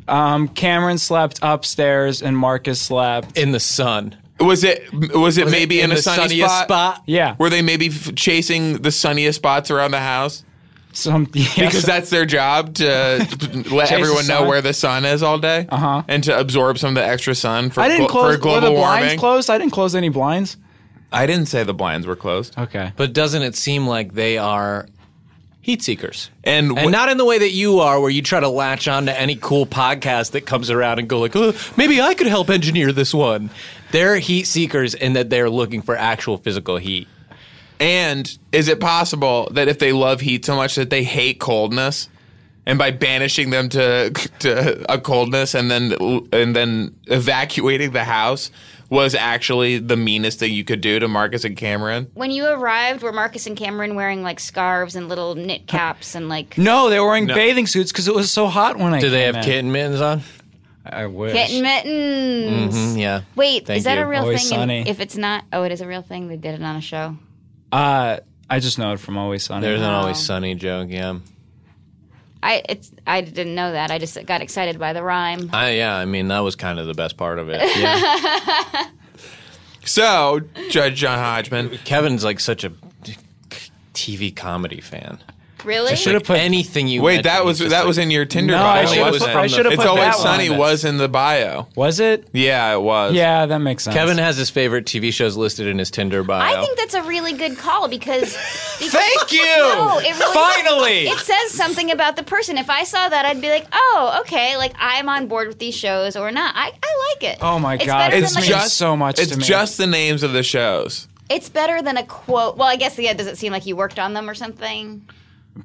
S5: Um, Cameron slept upstairs and Marcus slept.
S2: In the sun.
S1: Was it was it
S2: Was it
S1: maybe in, a
S2: the
S1: sunny
S2: sunniest
S1: spot?
S5: Yeah.
S1: Were they maybe f- chasing the sunniest spots around the house?
S5: Some, *laughs* yeah,
S1: Because that's their job to let
S5: the
S1: everyone know
S5: sun.
S1: where the sun is all day, uh-huh. and to absorb some of the extra sun for,
S5: I
S1: glo-
S5: didn't close.
S1: for
S5: were
S1: global
S5: the
S1: warming.
S5: blinds closed? I didn't close any blinds.
S1: I didn't say the blinds were closed,
S5: Okay.
S2: But doesn't it seem like they are heat seekers?
S1: and,
S2: And not in the way that you are, where you try to latch on to any cool podcast that comes around and go like, oh, maybe I could help engineer this one. They're heat seekers in that they're looking for actual physical heat.
S1: and is it possible that if they love heat so much that they hate coldness, and by banishing them to *laughs* to a coldness and then and then evacuating the house was actually the meanest thing you could do to Marcus and Cameron?
S3: When you arrived, were Marcus and Cameron wearing like scarves and little
S5: *laughs*
S3: knit caps and like
S5: No, they were wearing bathing suits because it was so hot when I.
S2: Do they
S5: came
S2: have
S5: in.
S2: kitten mittens on?
S5: I wish.
S3: kitten mittens?
S2: Mm, Yeah.
S3: Wait,
S2: Thank
S3: is that
S2: you.
S3: a real
S5: Mm-hmm. Always
S3: thing? And
S5: sunny.
S3: if it's not, oh, it is a real thing. They did it on a show.
S5: Uh, I just know it from Always Sunny.
S2: There's an
S3: Wow.
S2: always sunny joke. Yeah.
S3: I it's I didn't know that. I just got excited by the rhyme.
S2: I, yeah. I mean, that was kind of the best part of it.
S3: *laughs*
S2: Yeah.
S1: So,
S5: *laughs*
S1: Judge John Hodgman,
S2: Kevin's like such a TV comedy fan.
S3: Really?
S5: should have put.
S2: anything you
S1: Wait,
S2: mention
S1: that was
S2: is just
S1: that
S2: like-
S1: was in your Tinder
S5: No,
S1: bio.
S2: Oh,
S5: I
S2: it
S5: should have
S2: was
S5: put.
S2: from
S5: I
S2: the-
S5: should have
S1: it's
S5: put
S1: always
S5: that one.
S1: sunny was in the bio.
S5: Was it?
S1: Yeah, it was.
S5: Yeah, that makes sense.
S2: Kevin has his favorite TV shows listed in his Tinder bio.
S3: I think that's a really good call
S5: *laughs*
S3: because. because
S5: Thank you.
S3: *laughs* No, it really-
S5: Finally.
S3: It says something about the person. If I saw that, I'd be like, "Oh, okay. Like I'm on board with these shows or not. I, I like it.
S5: Oh my
S3: it's
S5: God,
S3: Better
S5: it
S1: It's
S3: than like,
S5: means
S1: just
S5: so much
S1: It's
S5: to me.
S1: just the names of the shows.
S3: It's better than a quote. Well, I guess yeah. Does it seem like you worked on them or something?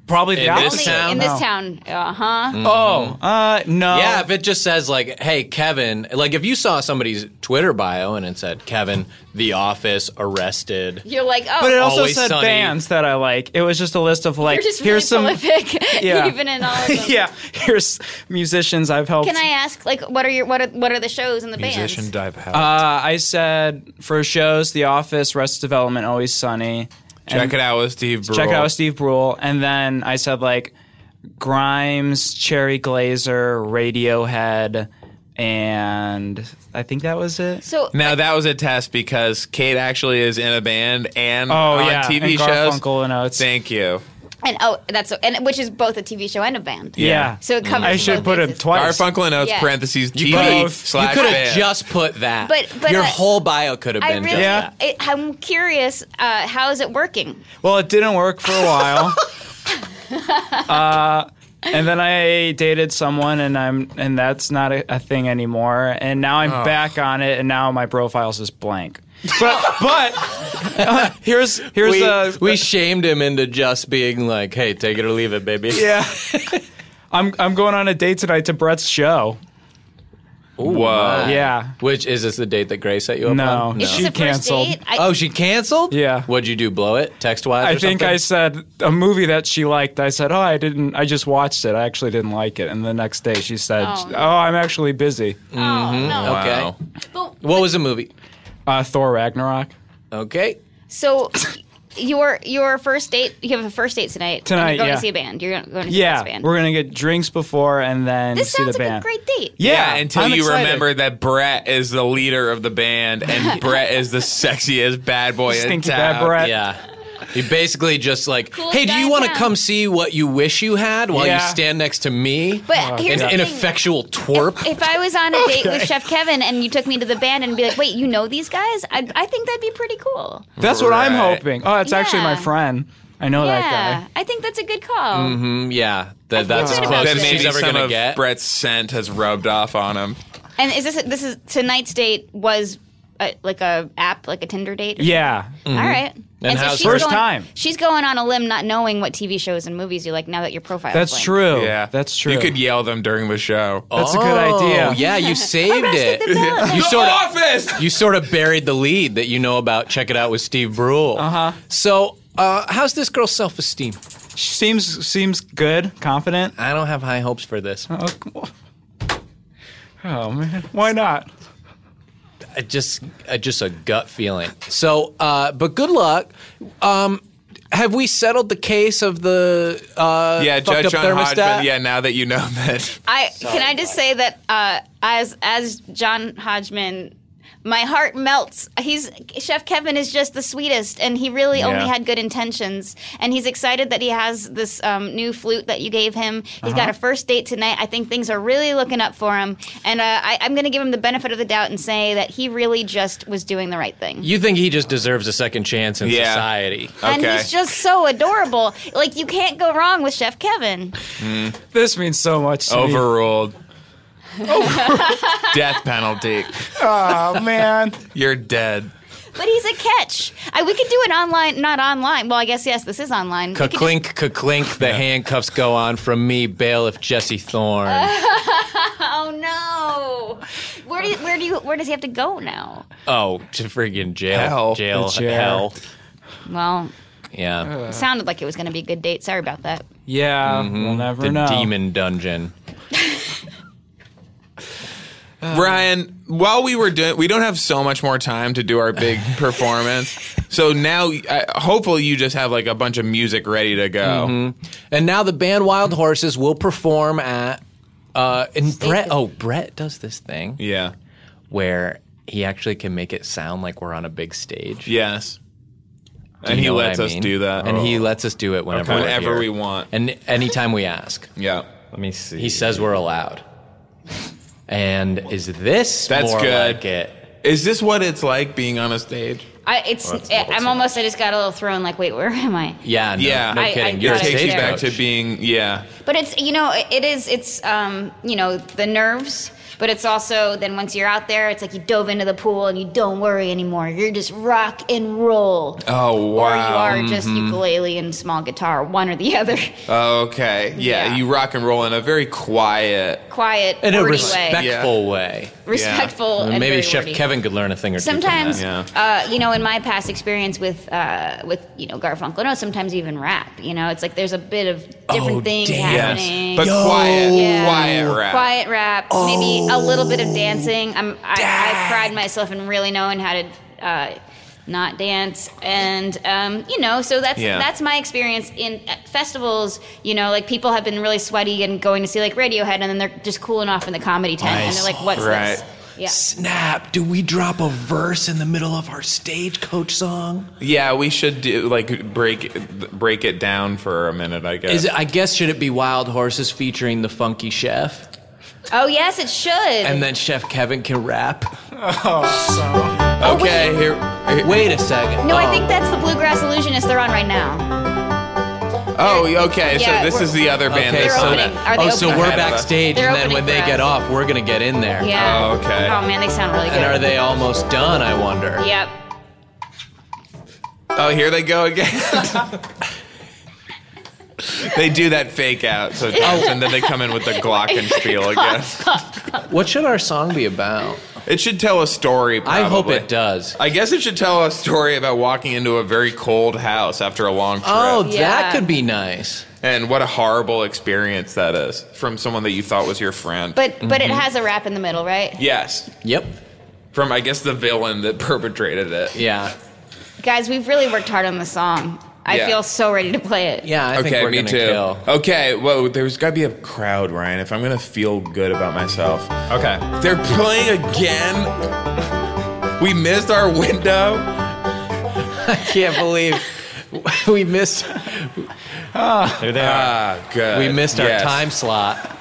S5: probably the
S2: In
S5: opposite.
S2: this
S3: Only
S2: town? Mm.
S3: in this
S5: No.
S3: town. Uh huh.
S5: Oh, uh, no.
S2: Yeah, if it just says like, "Hey, Kevin," like if you saw somebody's Twitter bio and it said Kevin, The Office, arrested.
S3: You're like, oh,
S5: But it also
S2: Always
S5: said
S2: Sunny.
S5: bands that I like. It was just a list of like
S3: you're just
S5: here's
S3: really
S5: *laughs* some
S3: prolific, *laughs*
S5: Yeah.
S3: even in all
S5: *laughs*
S3: of them.
S5: yeah here's musicians I've helped.
S3: Can I ask, like, what are your what are what are the shows and the
S4: Musician
S3: bands?
S4: dive house.
S5: Uh, I said for shows, The Office, Rest Development, Always Sunny.
S1: Check
S5: and
S1: it out with Steve. Brule.
S5: Check it out, Steve Brule. And then I said like Grimes, Cherry Glazer, Radiohead, and I think that was it.
S3: So
S1: Now that was a test because Kate actually is in a band and
S5: Oh
S1: on
S5: yeah,
S1: TV
S5: and
S1: shows.
S5: Garfunkel and Oates.
S1: Thank you.
S3: and oh, that's and which is both a TV show and a band.
S5: yeah.
S3: So
S2: Mm.
S3: it covers.
S5: I should
S3: both
S5: put it
S3: bases.
S5: twice.
S1: Garfunkel and Oates
S3: Yeah.
S1: parentheses TV
S5: could've-
S1: slash
S2: you could have
S1: band.
S2: just put that.
S3: But- but
S2: your
S3: I-
S2: whole bio could have
S3: I
S2: been
S3: really,
S2: just
S5: Yeah.
S3: it, I'm curious. Uh, how is it working?
S5: Well, it didn't work for a while. uh, and then I dated someone, and I'm and that's not a, a thing anymore. And now I'm back on it, and now my profile's just blank. But but *laughs* uh, here's here's
S2: We,
S5: a
S2: we shamed him into just being like, "Hey, take it or leave it, baby."
S5: *laughs* yeah. I'm I'm going on a date tonight to Brett's show.
S1: Whoa.
S2: my.
S5: Yeah.
S2: Which is this the date that Grace set you up
S5: No,
S2: on?
S5: Is
S3: Is
S5: She
S3: this a first
S5: canceled.
S3: date?
S2: Oh, she canceled.
S5: Yeah.
S2: What'd you do? Blow it? Text wise?
S5: I think I said a movie that she liked. I said, "Oh, I didn't. I just watched it. I actually didn't like it." And the next day, she said,
S3: Oh.
S5: "Oh, I'm actually busy."
S3: Oh, no.
S2: mm-hmm. Okay.
S1: Wow.
S3: But,
S2: What was the movie?
S5: Uh, Thor Ragnarok.
S2: Okay.
S3: so your your first date, you have a first date tonight. and
S5: Tonight,
S3: you're going
S5: yeah.
S3: to see a band. You're going to see
S5: Yeah,
S3: this band.
S5: we're gonna get drinks before and then
S3: this
S5: see the
S3: sounds like
S5: band.
S3: a great date.
S1: Yeah, until
S5: I'm
S1: you
S5: excited.
S1: remember that Brett is the leader of the band and Brett is the sexiest bad boy in
S5: Stinky
S1: town.
S5: bad Brett.
S2: Yeah. You basically just like,
S3: Coolest
S2: hey, do
S3: guy
S2: you
S3: in
S2: want to
S3: town."
S2: come see what you wish you had while
S5: Yeah.
S2: you stand next to me?
S3: But
S5: Uh,
S3: here's
S2: an
S3: the thing.
S2: ineffectual twerp.
S3: If I was on a date with Chef Kevin and you took me to the band and be like, wait, you know these guys? I, I think that'd be pretty cool.
S5: That's what I'm
S1: Right.
S5: hoping. Oh, it's actually my
S3: Yeah.
S5: friend. I know
S3: yeah,
S5: that guy. Mm-hmm.
S3: I think that's a good call.
S2: Mm, yeah, that, that's as
S3: good
S2: close
S3: about
S1: Then
S2: as
S3: this.
S1: maybe
S2: she's ever
S1: some
S2: gonna
S1: of
S2: get.
S1: Brett's scent has rubbed off on him.
S3: And is this this is tonight's date was a, like a app like a Tinder date? or
S5: Yeah.
S1: Mm.
S3: something? All right. And,
S2: how's
S3: she's
S2: her-
S5: First
S3: going,
S5: time.
S3: She's going on a limb, not knowing what TV shows and movies you like now that your profile.
S5: That's true.
S1: Yeah,
S5: Oh, That's true.
S1: You could yell them during the show.
S5: That's a good idea.
S2: Oh, Yeah, you saved it. You
S1: The
S2: sort of
S1: office.
S2: you sort of buried the lead that you know about. Check it out with Steve Brule.
S1: Uh-huh.
S2: Uh huh. So, uh, how's this girl's self esteem?
S5: She seems seems good, confident.
S2: I don't have high hopes for this.
S5: Oh, come on. Oh, man, why not?
S2: I just I just a gut feeling. So, uh, but good luck. Um, have we settled the case of the uh,
S1: Yeah,
S2: fucked
S1: Judge
S2: up
S1: John
S2: thermostat?
S1: Hodgman. Yeah, now that you know *laughs* that.
S3: I can I just say that uh, as as John Hodgman, my heart melts. He's Chef Kevin is just the sweetest, and he really only had good intentions. And he's excited that he has this um, new flute that you gave him. He's got a first date tonight. I think things are really looking up for him, and uh, I, I'm going to give him the benefit of the doubt and say that he really just was doing the right thing.
S2: You think he just deserves a second chance in
S1: Yeah.
S2: society?
S3: and
S1: Okay.
S3: he's just so adorable. Like you can't go wrong with Chef Kevin.
S5: This means so much to
S2: *laughs*
S5: me.
S1: Overruled. Death penalty.
S5: Oh, man.
S1: You're dead.
S3: But he's a catch. I, we could do it online, not online. Well, I guess yes, this is online. We could just-
S2: Ka-clink, ka-clink, the handcuffs go on from me, bailiff Jesse Thorne.
S3: Oh no! Where do you, where do you where does he have to go now?
S2: oh, to friggin' jail.
S1: Hell.
S2: Jail,
S5: The chair.
S2: hell.
S3: Well,
S2: Yeah.
S1: Uh,
S3: it sounded like it was going to be a good date. Sorry about that.
S5: Yeah, we'll
S2: Mm-hmm.
S5: never
S2: the
S5: know.
S2: demon dungeon.
S1: Ryan, while we were doing, we don't have so much more time to do our
S2: *laughs*
S1: big performance. So now, uh, hopefully, you just have like a bunch of music ready to go.
S2: Mm-hmm. And now the band Wild Horses will perform at. Uh, and Brett, oh, Brett does this thing
S1: Yeah.
S2: where he actually can make it sound like we're on a big stage.
S1: Yes. And
S2: Do you
S1: he
S2: know what
S1: lets
S2: I
S1: us
S2: mean?
S1: do that.
S2: And he
S1: Oh.
S2: lets us do it whenever,
S1: Okay.
S2: we're
S1: Whenever
S2: here.
S1: we want.
S2: and anytime we ask.
S1: Yeah.
S4: Let me see.
S2: He says we're allowed. And is this
S1: That's
S2: more
S1: good.
S2: like it?
S1: Is this what it's like being on a stage?
S3: I, it's.
S4: Well, that's
S3: I,
S4: what it's
S3: I'm almost. I just got a little thrown. Like, wait, where am I?
S2: Yeah, no,
S1: Yeah.
S2: no
S1: I- I
S2: kidding.
S3: got
S2: You're a
S1: it
S3: Right,
S1: takes
S2: stage
S1: you back
S2: coach.
S1: to being, yeah.
S3: But it's you know it is it's um you know the nerves, but it's also then once you're out there, it's like you dove into the pool and you don't worry anymore. You're just rock and roll.
S1: Oh,
S3: Or you
S1: wow.
S3: are just ukulele and small guitar, one or the other.
S1: Okay. Yeah,
S3: Yeah.
S1: You rock and roll in a very quiet.
S3: Quiet,
S2: in a
S3: wordy way,
S2: respectful way.
S3: respectful.
S2: And
S3: And
S2: maybe
S3: very
S2: Chef
S3: wordy.
S2: Kevin could learn a thing or two. from
S3: Sometimes,
S2: that.
S1: Yeah.
S3: uh, you know, in my past experience with uh, with you know Garfunkel, no, sometimes even rap. You know, it's like there's a bit of different
S2: Oh,
S3: things
S2: damn.
S1: Yes.
S3: happening.
S1: But quiet.
S3: Yeah.
S1: Quiet rap.
S3: Quiet rap, maybe a little
S2: Oh,
S3: bit of dancing. I'm, I, I pride myself in really knowing how to uh, not dance, and um, you know, so that's
S1: Yeah.
S3: that's my experience in at festivals. You know, like people have been really sweaty and going to see like Radiohead, and then they're just cooling off in the comedy tent, and
S2: Nice.
S3: they're like, "What's
S1: Right.
S3: this?" Yeah.
S2: Snap, do we drop a verse in the middle of our stagecoach song?
S1: Yeah, we should do like break break it down for a minute, I guess.
S2: Is it, I guess should it be Wild Horses featuring the funky chef?
S3: Oh yes, it should.
S2: And then Chef Kevin can rap.
S1: okay, here, here-
S2: Wait a second.
S3: Oh, No,
S2: Oh.
S3: I think that's the Bluegrass Illusionist they're on right now.
S1: Oh, okay.
S3: Yeah,
S1: so this
S3: we're-
S1: is the other band
S2: Okay,
S1: that's
S3: They're
S2: so
S1: on
S3: opening-
S1: it.
S3: are they
S2: oh, so
S3: opening
S2: we're
S1: for us?
S2: backstage,
S3: They're
S2: and then when
S3: opening
S2: they
S3: for
S2: get
S3: us.
S2: off, we're gonna get in there.
S3: Yeah.
S1: Oh, okay.
S3: Oh man, they sound really good.
S2: And are they almost done? I wonder.
S3: Yep.
S1: Oh, here they go again. *laughs* they do that fake out,
S2: *laughs*
S1: so
S2: Oh.
S1: and then they come in with the Glockenspiel again.
S2: What should our song be about?
S1: It should tell a story. Probably.
S2: I hope it does.
S1: I guess it should tell a story about walking into a very cold house after a long trip,
S2: Oh, that
S3: Yeah.
S2: could be nice.
S1: and what a horrible experience that is from someone that you thought was your friend.
S3: But but
S2: Mm-hmm.
S3: it has a rap in the middle, right?
S1: yes,
S2: Yep.
S1: from I guess the villain that *laughs* perpetrated it.
S2: Yeah.
S3: Guys, we've really worked hard on the song. I
S1: Yeah.
S3: feel so ready to play it.
S2: Yeah. I think
S1: okay,
S2: we're
S1: me
S2: gonna
S1: too.
S2: kill.
S1: Okay, well, there's got to be a crowd, Ryan. If I'm gonna feel good about myself,
S4: Okay.
S1: they're playing again. We missed our window.
S2: I can't believe we missed
S4: There they are.
S1: Ah, good.
S2: we missed our
S1: Yes.
S2: time slot.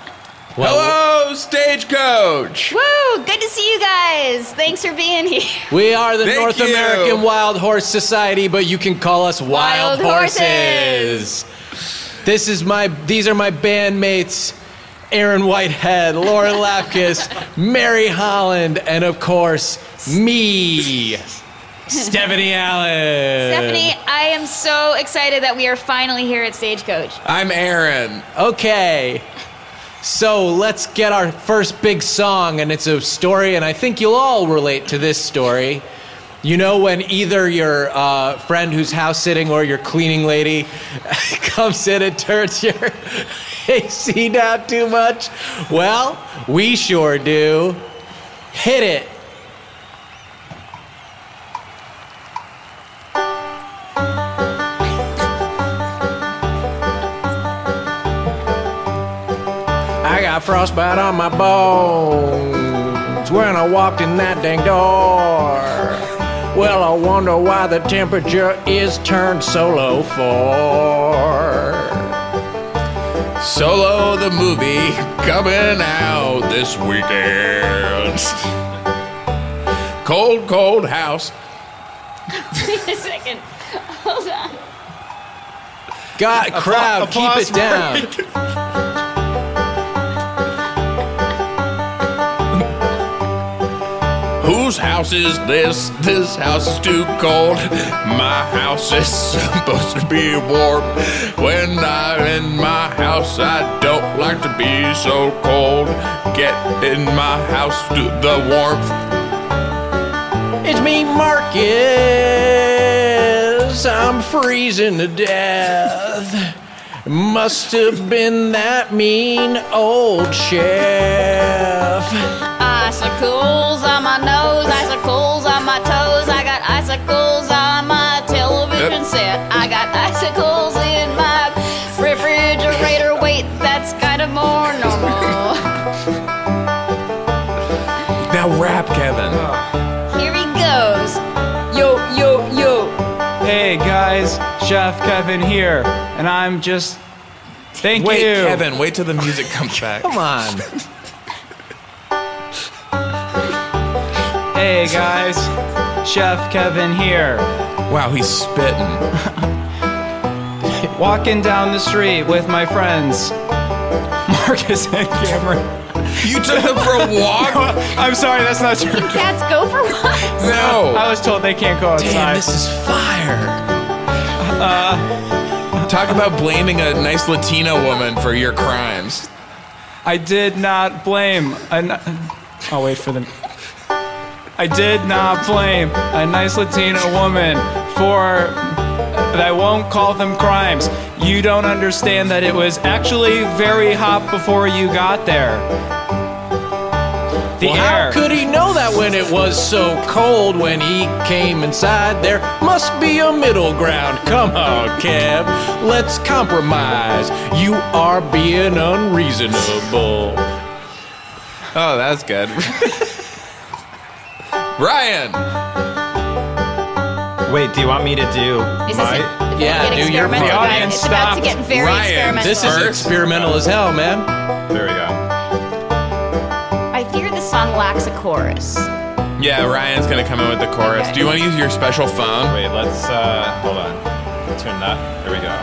S1: Hello, stagecoach.
S3: Woo! Good to see you guys. Thanks for being here.
S2: we are the
S1: Thank
S2: North
S1: you.
S2: American Wild Horse Society, but you can call us Wild,
S3: Wild
S2: Horses. This is my these are my bandmates Aaron Whitehead,
S3: *laughs*
S2: Laura Lapkus, Mary Holland, and of course
S3: *laughs*
S2: me. Stephanie Allen.
S3: Stephanie, I am so excited that we are finally here at Stagecoach. *laughs*
S1: I'm Aaron.
S2: Okay. So let's get our first big song, and it's a story, and I think you'll all relate to this story. You know, when either your uh, friend who's house sitting or your cleaning lady *laughs* comes in and turns your *laughs* AC down too much? Well, we sure do. Hit it. I got frostbite on my bones when I walked in that dang door. Well, I wonder why the temperature is turned so low for.
S1: Solo the movie coming out this weekend. Cold, cold house.
S3: Wait a second. Hold on.
S2: God, crowd, keep
S4: applause
S2: it down.
S1: Whose house is this? This house is too cold. My house is *laughs* supposed to be warm. When I'm in my house, I don't like to be so cold. Get in my house to the warmth.
S2: It's me, Marcus. I'm freezing to death. Must have been that mean old chef.
S3: Icicles on my nose, icicles on my toes. I got icicles on my television set. I got icicles in my refrigerator. Wait, that's kind of more normal.
S1: Now rap, Kevin.
S3: Here he goes. Yo, yo, yo.
S5: Hey guys, Jeff Kevin here, and I'm just. Thank
S1: Wait,
S5: you.
S1: Kevin, wait till the music comes back.
S2: Come on.
S5: Hey guys, Chef Kevin here.
S1: Wow, he's spitting.
S5: Walking down the street with my friends, Marcus and Cameron. *laughs*
S1: You took him for a walk?
S5: I'm sorry, that's not true.
S3: Cats go for walks.
S5: I
S1: No.
S5: was told they can't go outside.
S2: Damn, this is fire.
S1: Talk about blaming a nice Latina woman for your crimes.
S5: I did not blame. A n- I'll wait for them. I did not blame a nice Latina woman for. But I won't call them crimes. You don't understand that it was actually very hot before you got there. The
S2: Well,
S5: air.
S2: how could he know that when it was so cold when he came inside? There must be a middle ground. Come on, Kev. Let's compromise. You are being unreasonable.
S1: Oh, that's good. *laughs* Ryan!
S4: Wait, do you want me to do
S3: Is this
S4: my?
S3: a,
S2: Yeah,
S3: get
S2: do your
S3: experimental?
S2: part.
S3: Ryan?
S5: The audience
S3: it's about to
S5: stopped.
S3: get very
S1: Ryan,
S3: experimental.
S2: This is experimental as hell, man.
S4: There we go.
S3: I fear this song lacks a chorus.
S1: Yeah, Ryan's gonna come in with the chorus.
S3: Okay.
S1: Do you want to use your special phone?
S4: Wait, let's uh, hold on. Turn that. There we go.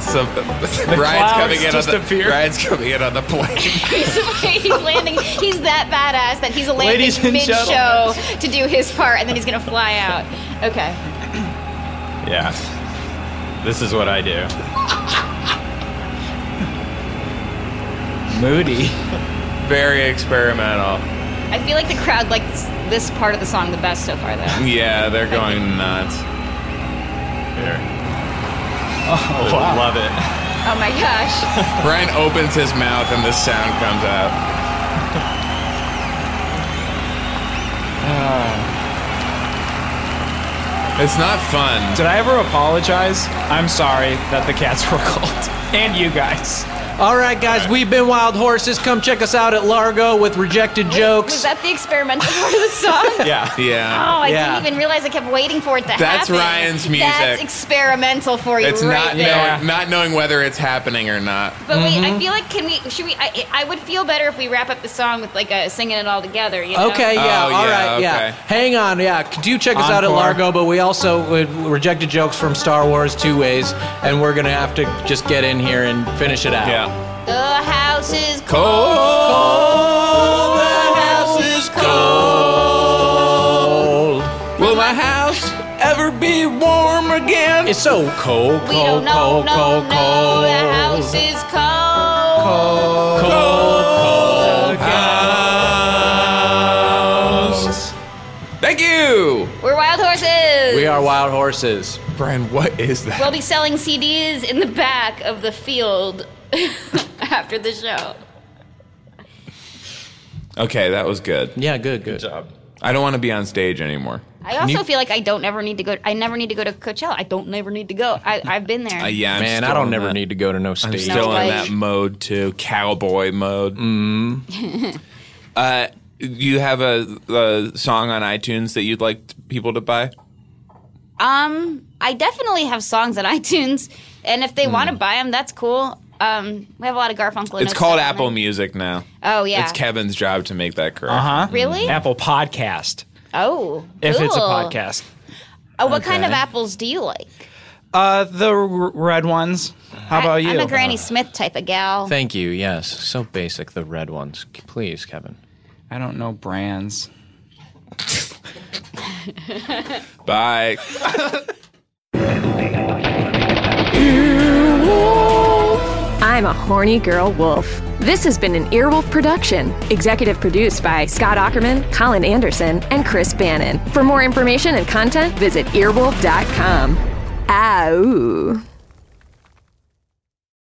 S1: So, Ryan's
S5: clouds
S1: coming in on
S5: just
S1: the
S5: appeared.
S1: Ryan's coming in on the plane.
S3: He's, he's landing. He's that badass that he's landing
S5: Ladies and
S3: mid-show to do his part, and then he's gonna fly out. Okay.
S4: Yeah. This is what I do.
S5: Moody.
S1: Very experimental.
S3: I feel like the crowd likes this part of the song the best so far, though.
S1: Yeah, they're going nuts.
S4: Here. Oh,
S5: wow.
S4: Love it.
S3: Oh my gosh.
S1: Ryan opens his mouth and the sound comes out. Ah. It's not fun.
S5: Did I ever apologize? I'm sorry that the cats *laughs* were cold. And you guys.
S2: All right, guys, we've been Wild Horses. Come check us out at Largo with rejected jokes.
S3: Was that the experimental part of the song?
S4: Yeah.
S3: Oh,
S1: Yeah.
S3: I
S2: Yeah.
S3: didn't even realize I kept waiting for it to
S1: That's
S3: happen.
S1: Ryan's music.
S3: That's experimental for you
S1: It's
S3: right
S1: not
S3: there.
S1: knowing, not knowing whether it's happening or not.
S3: But wait, I feel like can we? Should we? I, I would feel better if we wrap up the song with like a singing it all together. You know?
S2: Okay, yeah,
S1: Oh,
S2: all
S1: yeah,
S2: right, yeah.
S1: okay.
S2: Hang on, yeah. Do check us out at
S5: Encore.
S2: Largo, but we also uh, rejected jokes from Star Wars two ways, and we're gonna have to just get in here and finish it out.
S1: Yeah.
S3: The house is cold.
S1: Cold. The house is cold. Will my house ever be warm again?
S2: It's so cold, cold,
S3: We don't know,
S2: cold,
S3: no,
S2: cold,
S3: no.
S2: cold.
S3: The house is cold.
S5: Oh,
S1: cold house. Thank you.
S3: We're wild horses.
S2: *laughs* We are wild horses.
S1: Brian, what is that?
S3: We'll be selling CDs in the back of the field *laughs* after the show.
S1: Okay, that was good.
S2: Yeah, good, good.
S4: Job.
S1: I don't want to be on stage anymore.
S3: I also
S2: you-
S3: feel like I don't never need to go. I never need to go to Coachella. I don't never need to go. I, I've been there.
S1: Uh, yeah, I'm
S2: Man,
S1: still
S2: I don't
S1: in
S2: never
S1: that-
S2: need to go to no
S1: I'm
S2: stage.
S1: still in
S3: like-
S1: that mode too, cowboy mode. Mm-hmm. *laughs* uh, you have a, a song on iTunes that you'd like t- people to buy?
S3: Um, I definitely have songs on *laughs* iTunes, and if they want to buy them, that's cool. Um, we have a lot of Garfunkel.
S1: It's called Apple Music now.
S3: Oh yeah.
S1: It's Kevin's job to make that correct.
S5: Huh?
S2: Uh-huh.
S3: Really?
S5: Apple Podcast.
S3: Oh.
S5: If it's a
S3: cool.
S5: podcast.
S3: Oh, what kind of
S2: Okay.
S3: apples do you like?
S5: Uh, the r- red ones. How about
S3: I,
S5: you?
S3: I'm a Granny Smith type of gal.
S2: Thank you. Yes, so basic. The red ones, C- please, Kevin.
S5: I don't know brands.
S1: Bye.
S6: I'm a horny girl wolf. This has been an Earwolf production, executive produced by Scott Ackerman, Colin Anderson, and Chris Bannon. For more information and content, visit earwolf.com. Ow.